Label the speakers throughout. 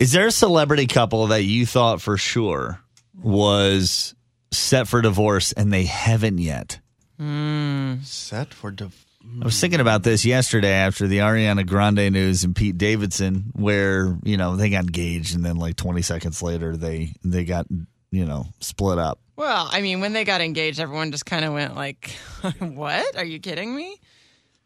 Speaker 1: Is there a celebrity couple that you thought for sure was set for divorce and they haven't yet?
Speaker 2: Set for div-
Speaker 1: I was thinking about this yesterday after the Ariana Grande news and Pete Davidson, where you know they got engaged and then like 20 seconds later they they got you know split up.
Speaker 3: Well, I mean, when they got engaged, everyone just kind of went like, "What? Are you kidding me?"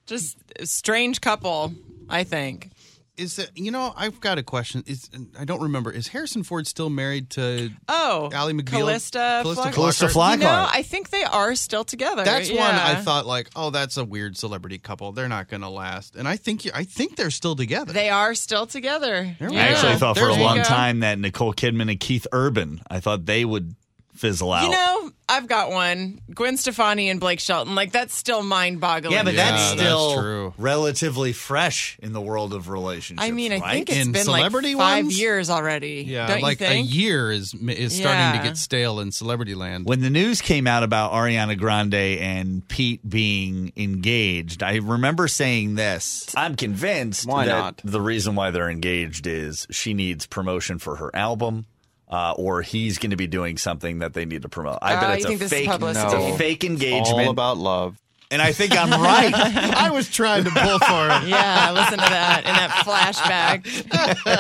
Speaker 3: Just a strange couple, I think.
Speaker 2: is it? You know, I've got a question. Is I don't remember. Is Harrison Ford still married to?
Speaker 3: Oh,
Speaker 2: Ally McBeal,
Speaker 3: Callista,
Speaker 2: Callista
Speaker 3: Flockhart.
Speaker 1: Callista Flockhart.
Speaker 3: You know, I think they are still together.
Speaker 2: That's one I
Speaker 3: Yeah.
Speaker 2: thought like, oh, that's a weird celebrity couple. They're not going to last. And I think you- I think they're still together.
Speaker 3: They are still together.
Speaker 2: There
Speaker 1: I
Speaker 2: we Yeah.
Speaker 1: actually thought for
Speaker 2: There
Speaker 1: a
Speaker 2: you
Speaker 1: long
Speaker 3: go.
Speaker 1: time that Nicole Kidman and Keith Urban, I thought they would fizzle out.
Speaker 3: You know, I've got one. Gwen Stefani and Blake Shelton. Like that's still mind-boggling.
Speaker 1: yeah, but
Speaker 2: Yeah,
Speaker 1: that's
Speaker 2: that's
Speaker 1: still
Speaker 2: true.
Speaker 1: relatively fresh in the world of relationships.
Speaker 3: I mean, I
Speaker 1: right?
Speaker 3: think it's
Speaker 2: In
Speaker 3: been like
Speaker 2: celebrity
Speaker 3: five
Speaker 2: ones?
Speaker 3: years already.
Speaker 2: yeah,
Speaker 3: don't
Speaker 2: like
Speaker 3: you
Speaker 2: a
Speaker 3: think?
Speaker 2: year is is starting
Speaker 3: Yeah.
Speaker 2: to get stale in celebrity land.
Speaker 1: When the news came out about Ariana Grande and Pete being engaged, I remember saying this. I'm convinced
Speaker 4: Why
Speaker 1: that
Speaker 4: not?
Speaker 1: the reason why they're engaged is she needs promotion for her album. Uh, or he's going to be doing something that they need to promote. I
Speaker 3: Oh,
Speaker 1: bet
Speaker 3: you
Speaker 1: it's
Speaker 3: think
Speaker 1: a
Speaker 3: this is
Speaker 1: fake,
Speaker 3: publicity?
Speaker 1: it's a fake engagement,
Speaker 4: All about love.
Speaker 1: and I think I'm right.
Speaker 2: I was trying to pull for it.
Speaker 3: Yeah, listen to that in that flashback.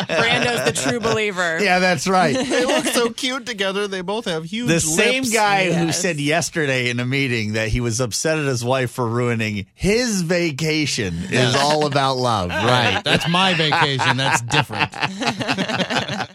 Speaker 3: Brando's the true believer.
Speaker 1: yeah, that's right.
Speaker 2: They look so cute together. They both have huge.
Speaker 1: the same
Speaker 2: lips.
Speaker 1: guy who
Speaker 3: Yes.
Speaker 1: said yesterday in a meeting that he was upset at his wife for ruining his vacation is all about love, right?
Speaker 2: That's my vacation. That's different.